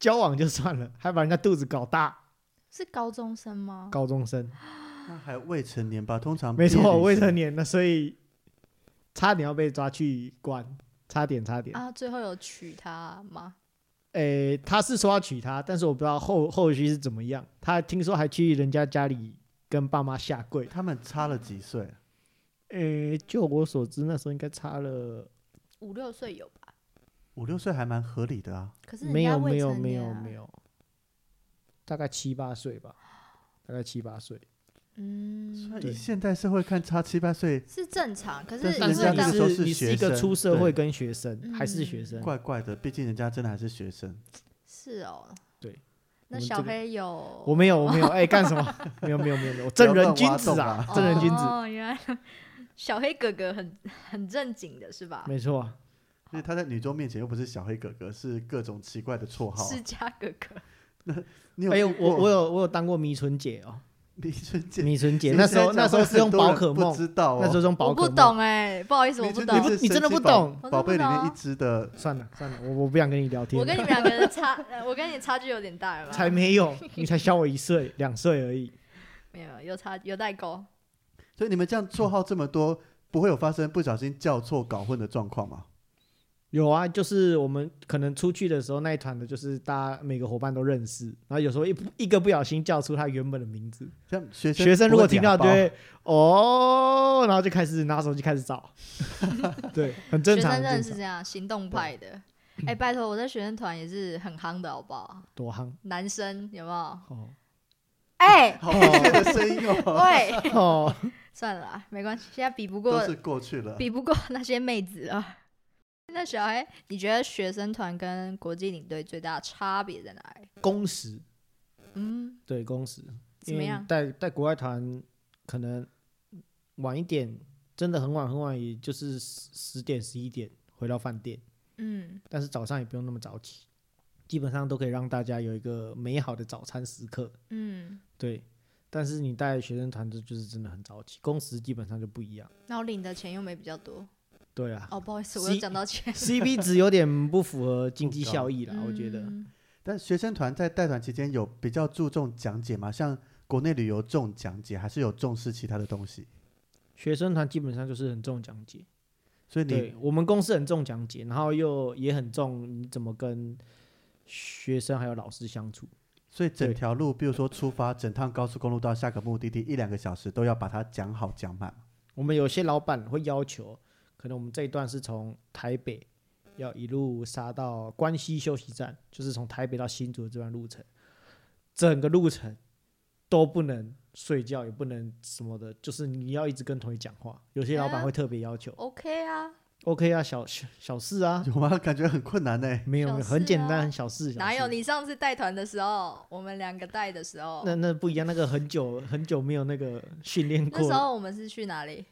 S3: 交往就算了，还把人家肚子搞大，
S1: 是高中生吗？
S3: 高中生，
S2: 那还未成年吧？通常
S3: 没
S2: 毕业旅
S3: 错，
S2: 行
S3: 未成年的，所以差点要被抓去关，差点差点。
S1: 啊，最后有娶她吗？
S3: 诶，他是说要娶她，但是我不知道后后续是怎么样。他听说还去人家家里跟爸妈下跪。
S2: 他们差了几岁？
S3: 诶，就我所知，那时候应该差了
S1: 五六岁有吧？
S2: 五六岁还蛮合理的啊。
S1: 可是人
S3: 没
S1: 家
S3: 有没
S1: 未
S3: 有
S1: 成
S3: 没
S1: 年
S3: 有
S1: 啊
S3: 没有，大概七八岁吧，大概七八岁。
S1: 嗯，
S2: 那
S3: 对
S2: 以现代社会看，差七八岁
S1: 是正常，可是
S2: 但是人
S1: 因
S3: 但
S1: 为
S2: 家那
S3: 你
S1: 当
S2: 个时候是
S3: 你是一
S2: 学
S3: 个
S2: 生
S3: 出社
S2: 对
S3: 会跟学生，还是学
S1: 嗯
S3: 生，
S2: 怪怪的，毕竟人家真的还是学生。
S1: 是哦，
S3: 对，
S1: 那
S3: 我们
S1: 小
S3: 这个
S1: 黑有
S3: 我没有，我没有，哎、干什么？ *laughs* 没有，没有，没有，没
S2: 不
S3: 有，
S2: 要
S3: 正人
S2: 乱
S3: 君
S2: 挖
S3: 子
S2: 洞
S3: 啊
S2: 啊，
S3: 正人君子，
S1: 哦，原来小黑哥哥很很正经的是吧？
S3: 没错，啊
S2: 因为他在女中面前又不是小黑哥哥，是各种奇怪的绰号。啊
S1: 世家哥哥，
S2: 你有
S3: 哎、
S2: 遇
S3: 呦，
S2: 过
S3: 我
S2: *laughs*
S3: 我有我有当过迷春姐哦，
S2: 迷春姐，
S3: 迷春姐
S2: 现
S3: 那时候
S2: 在
S3: 那时候
S2: 讲
S3: 是用
S2: 很多
S3: 宝
S2: 人
S3: 可
S2: 不
S3: 梦，
S2: 知道哦。
S3: 那时候是用宝
S1: 我
S3: 可
S1: 不
S3: 梦，
S1: 懂哎，不好意思，我
S2: 迷
S1: 不
S2: 春
S1: 懂
S2: 姐。
S3: 你不
S2: 是
S3: 你真的
S2: 神奇
S3: 不
S2: 宝
S3: 懂
S1: 我
S2: 宝
S1: 真
S2: 贝
S1: 不
S2: 里面
S1: 懂
S2: 一
S1: 啊
S2: 只的，
S3: 算了算了，我我不想跟你聊天，
S1: 我跟你们两个人差，呃我跟你差距有点大了吧？
S3: 才没有，你才小我一岁两岁而已，
S1: 没有，有差有代沟。
S2: 所以你们这样绰号这么多，不会有发生不小心叫错搞混的状况吗？
S3: 有啊，就是我们可能出去的时候那一团的，就是大家每个伙伴都认识，然后有时候一不一个不小心叫出他原本的名字，
S2: 像学生
S3: 学生如果
S2: 哎不会
S3: 听
S2: 俩
S3: 到就
S2: 包
S3: 会哦，然后就开始拿手机开始找，对，很正
S1: 学
S3: 常，
S1: 生真
S3: 很
S1: 的
S3: 正
S1: 是
S3: 常，
S1: 这样，行动派的。哎、拜托，我在学生团也是很夯的，好不好？
S3: 多夯
S1: 男生有没有？
S3: 哦。
S1: 哎、
S2: *laughs* 好明确的声音 *laughs* 哦，
S1: 喂，
S3: 哦，
S1: 算了啦，没关系，现在比不
S2: 都
S1: 过
S2: 是过去了。
S1: 比不过那些妹子啊。 *laughs* 那小黑，你觉得学生团跟国际领队最大的差别在哪里？
S3: 工时
S1: 嗯，
S3: 对工时，
S1: 怎么
S3: 因为
S1: 样？
S3: 带带国外团可能晚一点，真的很晚很晚，也就是十十点十一点回到饭店，
S1: 嗯，
S3: 但是早上也不用那么早起，基本上都可以让大家有一个美好的早餐时刻。
S1: 嗯，
S3: 对，但是你带学生团就就是真的很早起，工时基本上就不一样。
S1: 那我领的钱又没比较多。
S3: 对
S1: *laughs*
S3: 啊、
S1: 哦，不好意思，我
S3: 是
S1: 又讲到钱。
S3: CP 值有点不符合经济效益啦，
S1: 嗯
S3: 啊我觉得。
S2: 但学生团在带团期间有比较注重讲解吗？像国内旅游重讲解，还是有重视其他的东西？
S3: 学生团基本上就是很重讲解，
S2: 所以你
S3: 对我们公司很重讲解，然后又也很重你怎么跟学生还有老师相处。
S2: 所以整
S3: 对
S2: 条路，比如说出发，整趟高速公路到下个目的地一两个小时，都要把它讲好讲满。
S3: 我们有些老板会要求，可能我们这一段是从台北要一路杀到关西休息站，就是从台北到新竹的这段路程，整个路程都不能睡觉，也不能什么的，就是你要一直跟同学讲话。有些老
S1: 啊
S3: 板会特别要求、
S1: OK 啊，
S3: o k 啊，小小小事啊，
S2: 有吗？感觉很困难呢、
S3: 没有没
S1: 小
S3: 有，
S1: 事啊
S3: 很简单，小事。小
S1: 哪有
S3: 事？
S1: 你上次带团的时候，我们两个带的时候，
S3: 那那不一样，那个很久很久没有那个训练
S1: 那
S3: 过
S1: 时
S3: 了，
S1: 候我们是去哪里？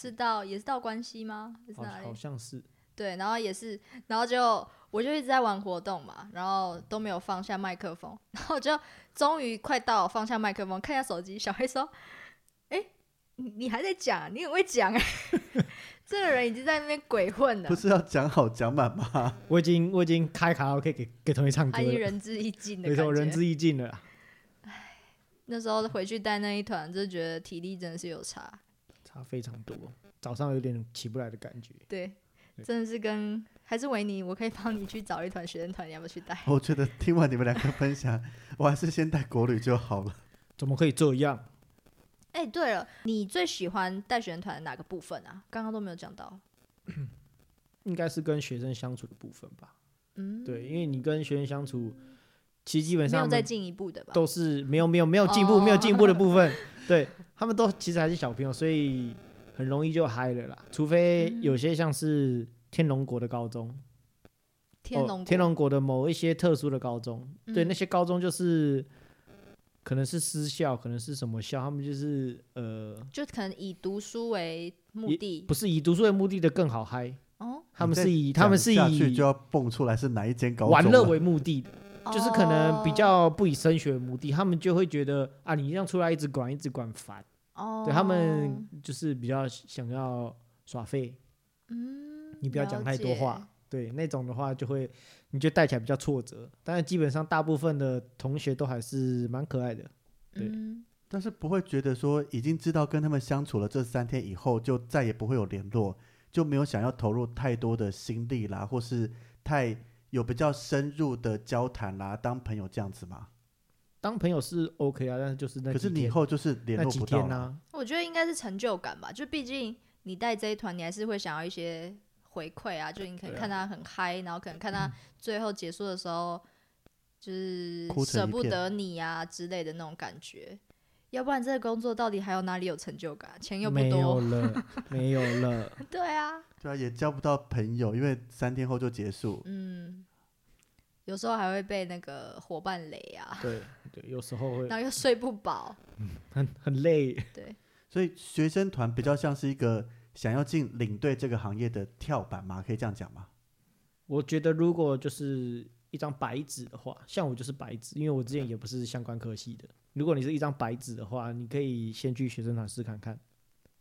S1: 是到也是到关西吗？还是
S3: 好
S1: 哪里
S3: 哦好？像是
S1: 对，然后也是，然后就我就一直在玩活动嘛，然后都没有放下麦克风， *laughs* 然后就终于快到放下麦克风，看一下手机，小黑说：“哎、你你还在讲，你很会讲哎、 *laughs* 这个人已经在那边鬼混
S2: *laughs*
S1: 了
S2: 不，是要讲好讲满吗？ *laughs*
S3: 我已经我已经开卡拉 OK 给给同学唱歌
S1: 他已经
S3: 了，
S1: 仁至义尽的
S3: 没
S1: 感
S3: 错，仁
S1: 觉。
S3: 至义尽了啦，
S1: 那时候回去带那一团，就觉得体力真的是有差，
S3: 差非常多。早上有点起不来的感觉，
S1: 对，
S3: 对
S1: 真的是跟还是维尼，我可以帮你去找一团学生团，你要不要去带？
S2: 我觉得听完你们两个分享，我还是先带国旅就好了。
S3: 怎么可以这样？
S1: *laughs* 哎、对了，你最喜欢带学生团的哪个部分啊？刚刚都没有讲到。
S3: 应该是跟学生相处的部分吧。
S1: 嗯，
S3: 对，因为你跟学生相处，其实基本
S1: 没有
S3: 上
S1: 再进一步的吧？
S3: 都是没有没有没有进步、
S1: 哦
S3: 没有进步的部
S1: *laughs*
S3: 分，对他们都其实还是小朋友，所以很容易就嗨了啦。除非
S1: 嗯
S3: 有些像是天龙国的高中，
S1: 天
S3: 哦
S1: 龙、
S3: 天，龙国的某一些特殊的高中，对
S1: 嗯
S3: 那些高中就是可能是私校，可能是什么校，他们就是呃
S1: 就可能以读书为目
S3: 也
S1: 的
S3: 不是以读书为目的的更好嗨，
S1: 哦，
S3: 他们
S2: 你再
S3: 是以他们
S2: 讲
S3: 是
S2: 下去就
S3: 以
S2: 要蹦出来是哪一间高中
S3: 玩乐
S2: 了
S3: 为目的的。
S1: 哦
S3: 就是可能比较不以升学为目的，他们就会觉得啊，你这样出来一直管一直管烦，
S1: 哦，
S3: 对他们就是比较想要耍废，
S1: 嗯，
S3: 你不要讲
S1: 了
S3: 太多
S1: 解
S3: 话，，对那种的话就会你就带起来比较挫折，但是基本上大部分的同学都还是蛮可爱的，对
S1: 嗯，
S2: 但是不会觉得说已经知道跟他们相处了这三天以后，就再也不会有联络，就没有想要投入太多的心力啦，或是太有比较深入的交谈啦，当朋友这样子嘛。
S3: 当朋友是 OK 啊，但是就是那
S2: 可
S3: 几
S2: 是你以
S3: 天
S2: 后就是联
S3: 那
S2: 络
S3: 几
S2: 不到啊
S3: 天啊
S2: 了。
S3: 呢、
S1: 我觉得应该是成就感吧，就毕竟你带这一团，你还是会想要一些回馈啊，就你可能
S3: 对啊嗯
S1: 看他很嗨、然后可能看他最后结束的时候，就是
S2: 哭成
S1: 嗯舍
S2: 一
S1: 不
S2: 片
S1: 得你啊之类的那种感觉。要不然这个工作到底还有哪里有成就感？啊钱又不
S3: 没有
S1: 多， *laughs*
S3: 了，没有了，
S1: 对啊，
S2: 对啊，也交不到朋友，因为三天后就结束。
S1: 嗯，有时候还会被那个伙伴雷啊，
S3: 对对，有时候会
S1: 然后又睡不饱，
S3: 很很累，
S1: 对，
S2: 所以学生团比较像是一个想要进领队这个行业的跳板嘛，可以这样讲吗？
S3: 我觉得如果就是一张白纸的话，像我就是白纸，因为我之前也不是相关科系的。如果你是一张白纸的话，你可以先去学生团试看看，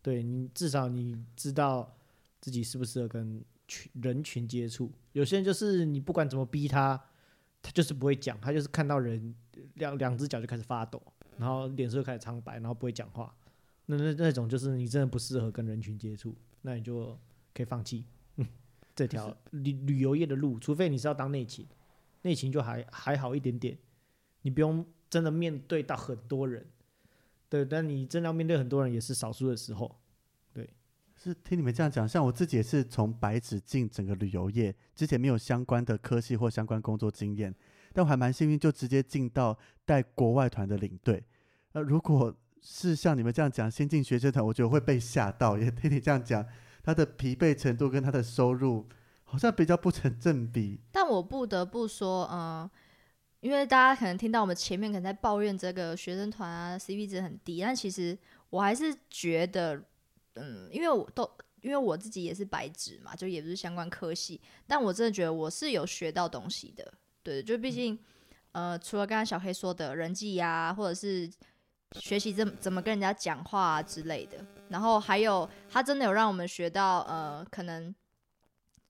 S3: 对你至少你知道自己适不适合跟群人群接触。有些人就是你不管怎么逼他，他就是不会讲，他就是看到人两两只脚就开始发抖，然后脸色开始苍白，然后不会讲话。那那那种就是你真的不适合跟人群接触，那你就可以放弃。 *laughs* 这条旅旅游业的路，除非你是要当内勤，内勤就还还好一点点，你不用真的面对到很多人，对，但你真的要面对很多人也是少数的时候，
S2: 是听你们这样讲，像我自己也是从白纸进整个旅游业，之前没有相关的科系或相关工作经验，但我还蛮幸运，就直接进到带国外团的领队。呃，如果是像你们这样讲先进学生团，我觉得会被吓到。也听你这样讲，他的疲惫程度跟他的收入好像比较不成正比。
S1: 但我不得不说，嗯，因为大家可能听到我们前面可能在抱怨这个学生团啊 CP 值很低，但其实我还是觉得，嗯，因为我都因为我自己也是白纸嘛，就也不是相关科系，但我真的觉得我是有学到东西的。对，就毕竟，呃，除了刚刚小黑说的人际呀、或者是学习怎么怎么跟人家讲话啊之类的，然后还有他真的有让我们学到，呃，可能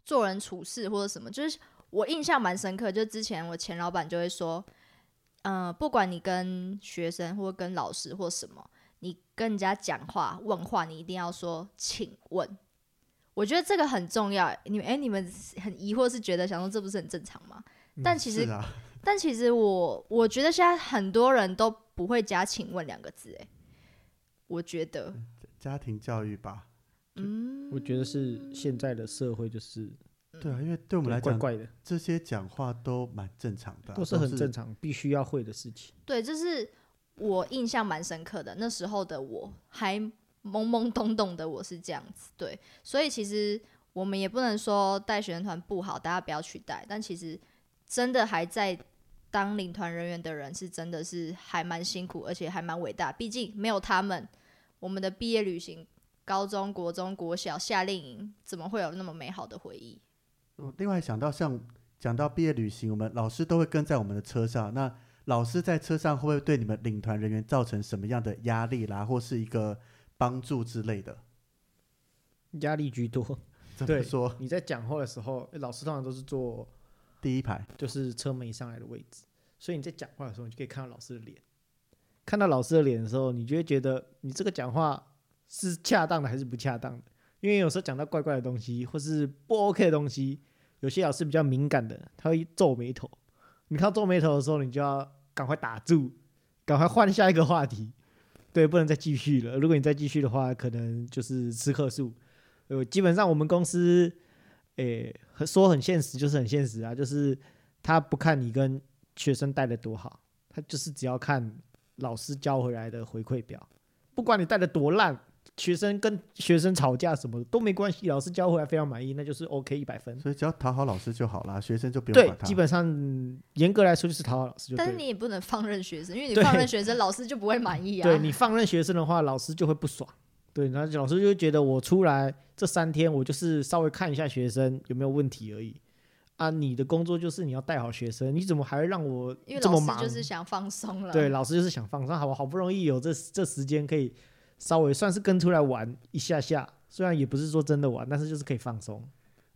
S1: 做人处事或者什么，就是我印象蛮深刻，就之前我前老板就会说，呃，不管你跟学生或跟老师或什么，你跟人家讲话问话，你一定要说请问。我觉得这个很重要。你们哎、你们很疑惑是觉得想说这不是很正常吗？但其实
S2: 是啊，
S1: 但其实我我觉得现在很多人都不会加“请问”两个字，哎，我觉得，
S2: 家庭教育吧，
S1: 嗯，
S3: 我觉得是现在的社会就是
S2: 对啊，因为对我们来
S3: 怪
S2: 讲，
S3: 怪的，
S2: 这些讲话都蛮正常的啊、
S3: 都是很正常，必须要会的事情。
S1: 对，这是我印象蛮深刻的。那时候的我还懵懵懂懂的，我是这样子。对，所以其实我们也不能说带学生团不好，大家不要去带。但其实真的还在当领团人员的人，是真的是还蛮辛苦，而且还蛮伟大。毕竟没有他们，我们的毕业旅行。高中、国中、国小夏令营，怎么会有那么美好的回忆？
S2: 我另外想到，像讲到毕业旅行，我们老师都会跟在我们的车上。那老师在车上会不会对你们领团人员造成什么样的压力啦，或是一个帮助之类的？
S3: 压力居多。 *laughs*
S2: 怎么
S3: 对
S2: 说？
S3: 你在讲话的时候，老师通常都是坐
S2: 第一排
S3: 就是车门一上来的位置，所以你在讲话的时候，你就可以看到老师的脸。看到老师的脸的时候，你就会觉得你这个讲话是恰当的还是不恰当的。因为有时候讲到怪怪的东西，或是不 OK 的东西，有些老师比较敏感的，他会皱眉头。你看到皱眉头的时候，你就要赶快打住，赶快换下一个话题。对，不能再继续了。如果你再继续的话，可能就是吃客数。呃，基本上我们公司，呃诶、很说很现实就是很现实啊，就是他不看你跟学生带的多好，他就是只要看老师教回来的回馈表，不管你带的多烂，学生跟学生吵架什么的都没关系，老师教回来非常满意，那就是 OK 一百分。
S2: 所以只要讨好老师就好啦，学生就不用
S3: 对
S2: 管，他。
S3: 基本上严格来说就是讨好老师就对
S1: 但是
S3: 了。
S1: 你也不能放任学生，因为你
S3: 对
S1: 放任学生，老师就不会满意啊。
S3: *laughs* 对你放任学生的话，老师就会不爽。对，然后老师就会觉得我出来这三天，我就是稍微看一下学生有没有问题而已。啊，你的工作就是你要带好学生，你怎么还会让我
S1: 因为
S3: 这么
S1: 老
S3: 忙？
S1: 师就是想放松了。
S3: 对，，老师就是想放上，好我好不容易有这这时间可以稍微算是跟出来玩一下下，虽然也不是说真的玩，但是就是可以放松。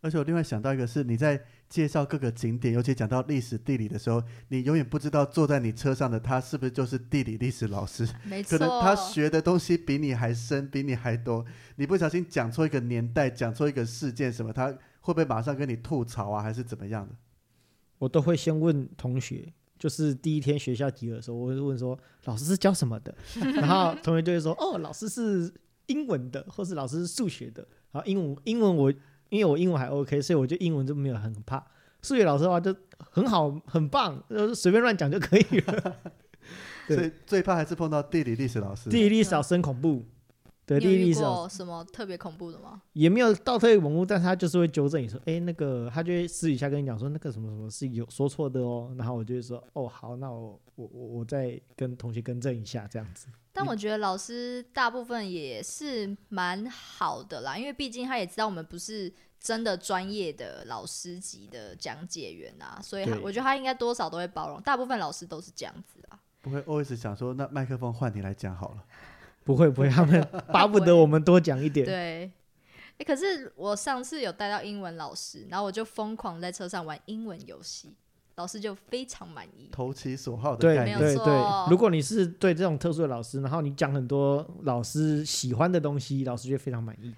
S2: 而且我另外想到一个是，你在介绍各个景点，尤其讲到历史地理的时候，你永远不知道坐在你车上的他是不是就是地理历史老师，
S1: 没
S2: 可
S1: 错。
S2: 能他学的东西比你还深，比你还多。你不小心讲错一个年代，讲错一个事件什么，他会不会马上跟你吐槽啊，还是怎么样的？
S3: 我都会先问同学，就是第一天学校集合的时候，我会问说老师是教什么的， *laughs* 然后同学就会说哦，老师是英文的，或是老师是数学的。然后英文英文我因为我英文还 OK，所以我就英文就没有很怕。数学老师的话就很好，很棒，就是随便乱讲就可以了。对
S2: 所以最怕还是碰到地理历史老师。
S3: 地理历史老师很恐怖，对，
S1: 你有
S3: 地理
S1: 遇
S3: 历史啊老师
S1: 过什么特别恐怖的吗？
S3: 也没有倒退文物，但是他就是会纠正你说，哎、那个他就会私底下跟你讲说，那个什么什么是有说错的哦。然后我就会说，哦，好，那我我我我再跟同学更正一下，这样子。
S1: 但
S3: 你
S1: 我觉得老师大部分也是蛮好的啦，因为毕竟他也知道我们不是真的专业的老师级的讲解员啊，所以他
S3: 对
S1: 我觉得他应该多少都会包容。大部分老师都是这样子啊，
S2: 不会 always 想说，那麦克风换你来讲好了。
S3: *laughs* 不会不 *laughs* 会，他们巴不得我们多讲一点。
S1: 对。诶可是我上次有带到英文老师，然后我就疯狂在车上玩英文游戏，老师就非常满意。
S2: 投其所好的
S3: 对
S2: 概
S1: 没有
S2: 念，
S3: 对
S1: 错
S3: 对，如果你是对这种特殊的老师，然后你讲很多老师喜欢的东西，老师就会非常满意。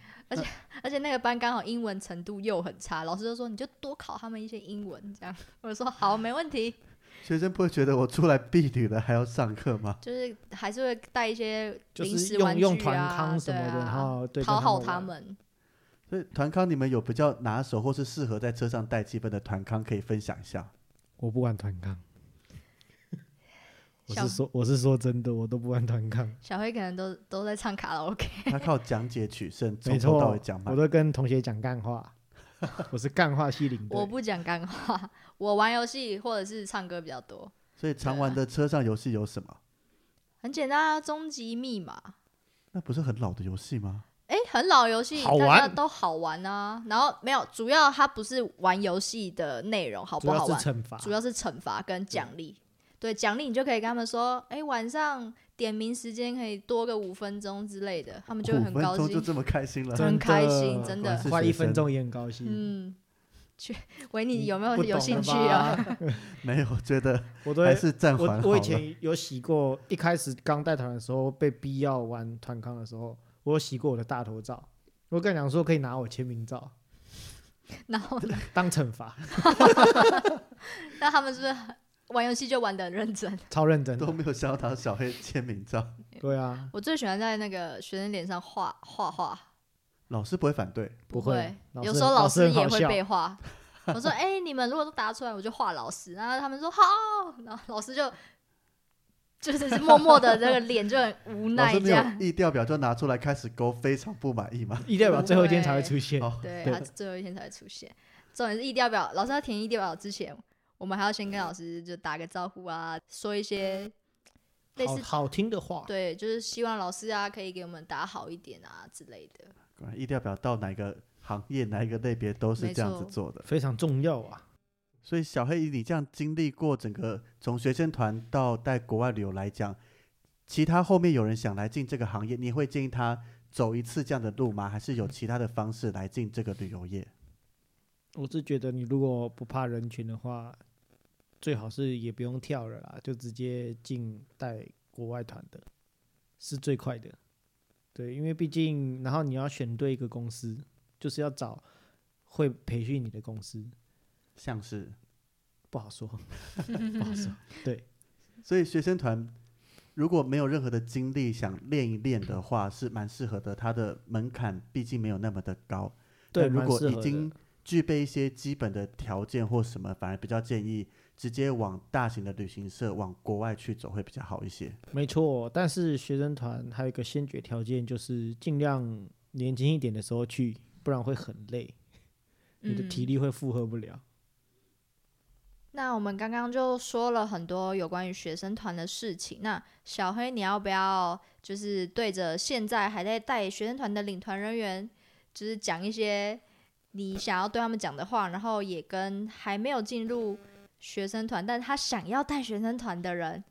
S1: 而且那个班刚好英文程度又很差，老师就说你就多考他们一些英文这样。 *laughs* 我就说好，没问题。
S2: 学生不会觉得我出来避旅了还要上课吗？
S1: 就是还是会带一些
S3: 就
S1: 零
S3: 是
S1: 食
S3: 用、
S1: 玩具啊，
S3: 用团康什么的，
S1: 对
S3: 然
S1: 啊、
S3: 后对
S1: 讨好
S3: 他
S1: 他
S3: 们玩。
S1: 们。
S2: 所以团康，你们有比较拿手或是适合在车上带气氛的团康可以分享一下？
S3: 我不玩团康，我
S1: 像
S3: 是说我是说真的，我都不玩团康。
S1: 小黑可能都都在唱卡拉
S3: *laughs*
S1: OK，
S2: 他靠讲解取胜，从
S3: 没
S2: 头
S3: 错
S2: 到尾讲满
S3: 我。都跟同学讲干话，
S2: *laughs*
S3: 我是干话系领队
S1: 我。不讲干话，我玩游戏或者是唱歌比较多。
S2: 所以常玩的车上游戏有什么？
S1: 很简单啊，终极密码，
S2: 那不是很老的游戏吗？
S1: 哎，很老游戏，
S3: 好
S1: 大家
S3: 玩
S1: 都好玩啊。然后没有，主要它不是玩游戏的内容好
S3: 主
S1: 不好
S3: 要是
S1: 玩，
S3: 惩罚，
S1: 主要是惩罚跟奖励。对，奖励你就可以跟他们说，哎，晚上点名时间可以多个五分钟之类的，他们就会
S2: 五
S1: 很
S2: 分
S1: 高
S2: 钟就
S1: 兴。
S2: 这么开心了
S1: 真？很开心真
S2: 果
S1: 的
S2: 然是
S3: 快
S2: 学
S3: 一分
S2: 生
S3: 钟也很高兴。
S1: 嗯，去维尼有没有
S3: 不
S1: 有
S3: 懂
S1: 兴
S3: 了
S1: 趣啊？ *laughs*
S3: 吧？
S2: *laughs* 没有，觉得
S3: 我都
S2: 还
S3: 会
S2: 是暂缓
S3: 我
S2: 好
S3: 我以
S2: 了。
S3: 前有洗过，一开始刚带团的时候被逼要玩团康的时候，我有洗过我的大头照。我跟你讲说可以拿我签名
S2: *laughs*
S3: 照
S1: 然后呢
S3: 当惩罚，
S1: 那他们是不是很玩游戏就玩的很认真？ *laughs*
S3: 超认真的。
S2: 都没有想要打
S3: *laughs*
S2: 小黑签名照，
S3: 对啊，
S1: 我最喜欢在那个学生脸上画画画，
S2: 老师不会反对。
S1: 不
S3: 会
S1: 会，，
S3: 老
S1: 有
S3: 师
S1: 时候
S3: 老
S1: 师
S3: 很好
S1: 也会
S3: 笑
S1: 被
S3: *laughs*
S1: 画。我说：“哎、你们如果都答出来，我就画老师。”然后他们说：“好。”然后老师就就是默默的那个脸就很无
S2: 老
S1: 奈
S2: 师
S1: 这
S2: 没有
S1: 样。
S2: 意调表就拿出来开始勾，非常不满意嘛。哦
S3: 意料表最后一天才会
S1: 对
S3: 出现。
S2: 好，
S1: 对，
S3: 对
S1: 他最后一天才出现。重点是意调表，老师要填意调表之前，我们还要先跟老师就打个招呼啊，说一些类
S3: 好
S1: 似
S3: 好听的话，
S1: 对，就是希望老师啊可以给我们打好一点啊之类的。
S2: 果然意调表到哪个行业、哪一个类别都是
S1: 没
S2: 这样子
S1: 错
S2: 做的。
S3: 非常重要啊。
S2: 所以小黑，以你这样经历过整个从学生团到在国外旅游来讲，其他后面有人想来进这个行业，你会建议他走一次这样的路吗？还是有其他的方式来进这个旅游业？
S3: 我是觉得你如果不怕人群的话，最好是也不用跳了啦，就直接进带国外团的，是最快的。对，因为毕竟，然后你要选对一个公司，就是要找会培训你的公司，
S2: 像是，
S3: 不好说， *laughs* 不好说。对，
S2: 所以学生团如果没有任何的经历，想练一练的话，是蛮适合的。它的门槛毕竟没有那么的高。
S3: 对，
S2: 但如
S3: 蛮
S2: 果
S3: 适
S2: 已
S3: 合的
S2: 经具备一些基本的条件或什么，反而比较建议直接往大型的旅行社往国外去走会比较好一些。
S1: 啊
S3: 没错，但是学生团还有一个先决条件，就是尽量年轻一点的时候去，不然会很累，你的体
S1: 嗯
S3: 力会负荷不了。
S1: 那我们刚刚就说了很多有关于学生团的事情。那小黑，你要不要就是对着现在还在带学生团的领团人员，就是讲一些你想要对他们讲的话，然后也跟还没有进入学生团，但他想要带学生团
S2: *laughs*
S1: 的人，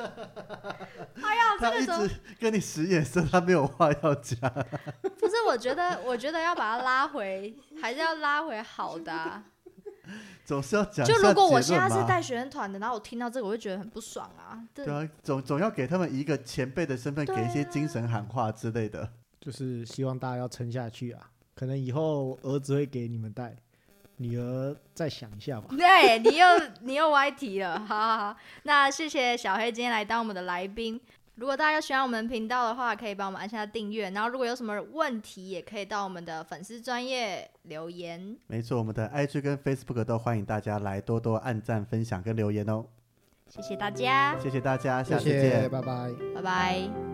S1: 哎
S2: 他一直 *laughs* 跟你使眼色，他没有话要讲。
S1: 不是？我觉得，我觉得要把他拉回，还是要拉回好的啊、
S2: 总是要讲
S1: 就
S2: 一下
S1: 如果我
S2: 结
S1: 现
S2: 论
S1: 在是
S2: 嘛
S1: 带学生团的，然后我听到这个，我会觉得很不爽啊。这
S2: 对啊，总总要给他们以一个前辈的身份，
S1: 对
S2: 给一些
S1: 啊
S2: 精神喊话之类的。
S3: 就是希望大家要撑下去啊！可能以后我儿子会给你们带，女儿再想一下 *laughs* 吧。
S1: 对你又你又歪题了，好好好，那谢谢小黑今天来当我们的来宾。如果大家喜欢我们频道的话，可以帮我们按下订阅。然后如果有什么问题，也可以到我们的粉丝专业留言。
S2: 没错，我们的 IG 跟 Facebook 都欢迎大家来多多按赞、分享跟留言哦。
S1: 谢谢大家，
S2: 谢谢大家，下次
S3: 谢
S2: 见，
S3: 谢，拜拜。
S1: 拜拜。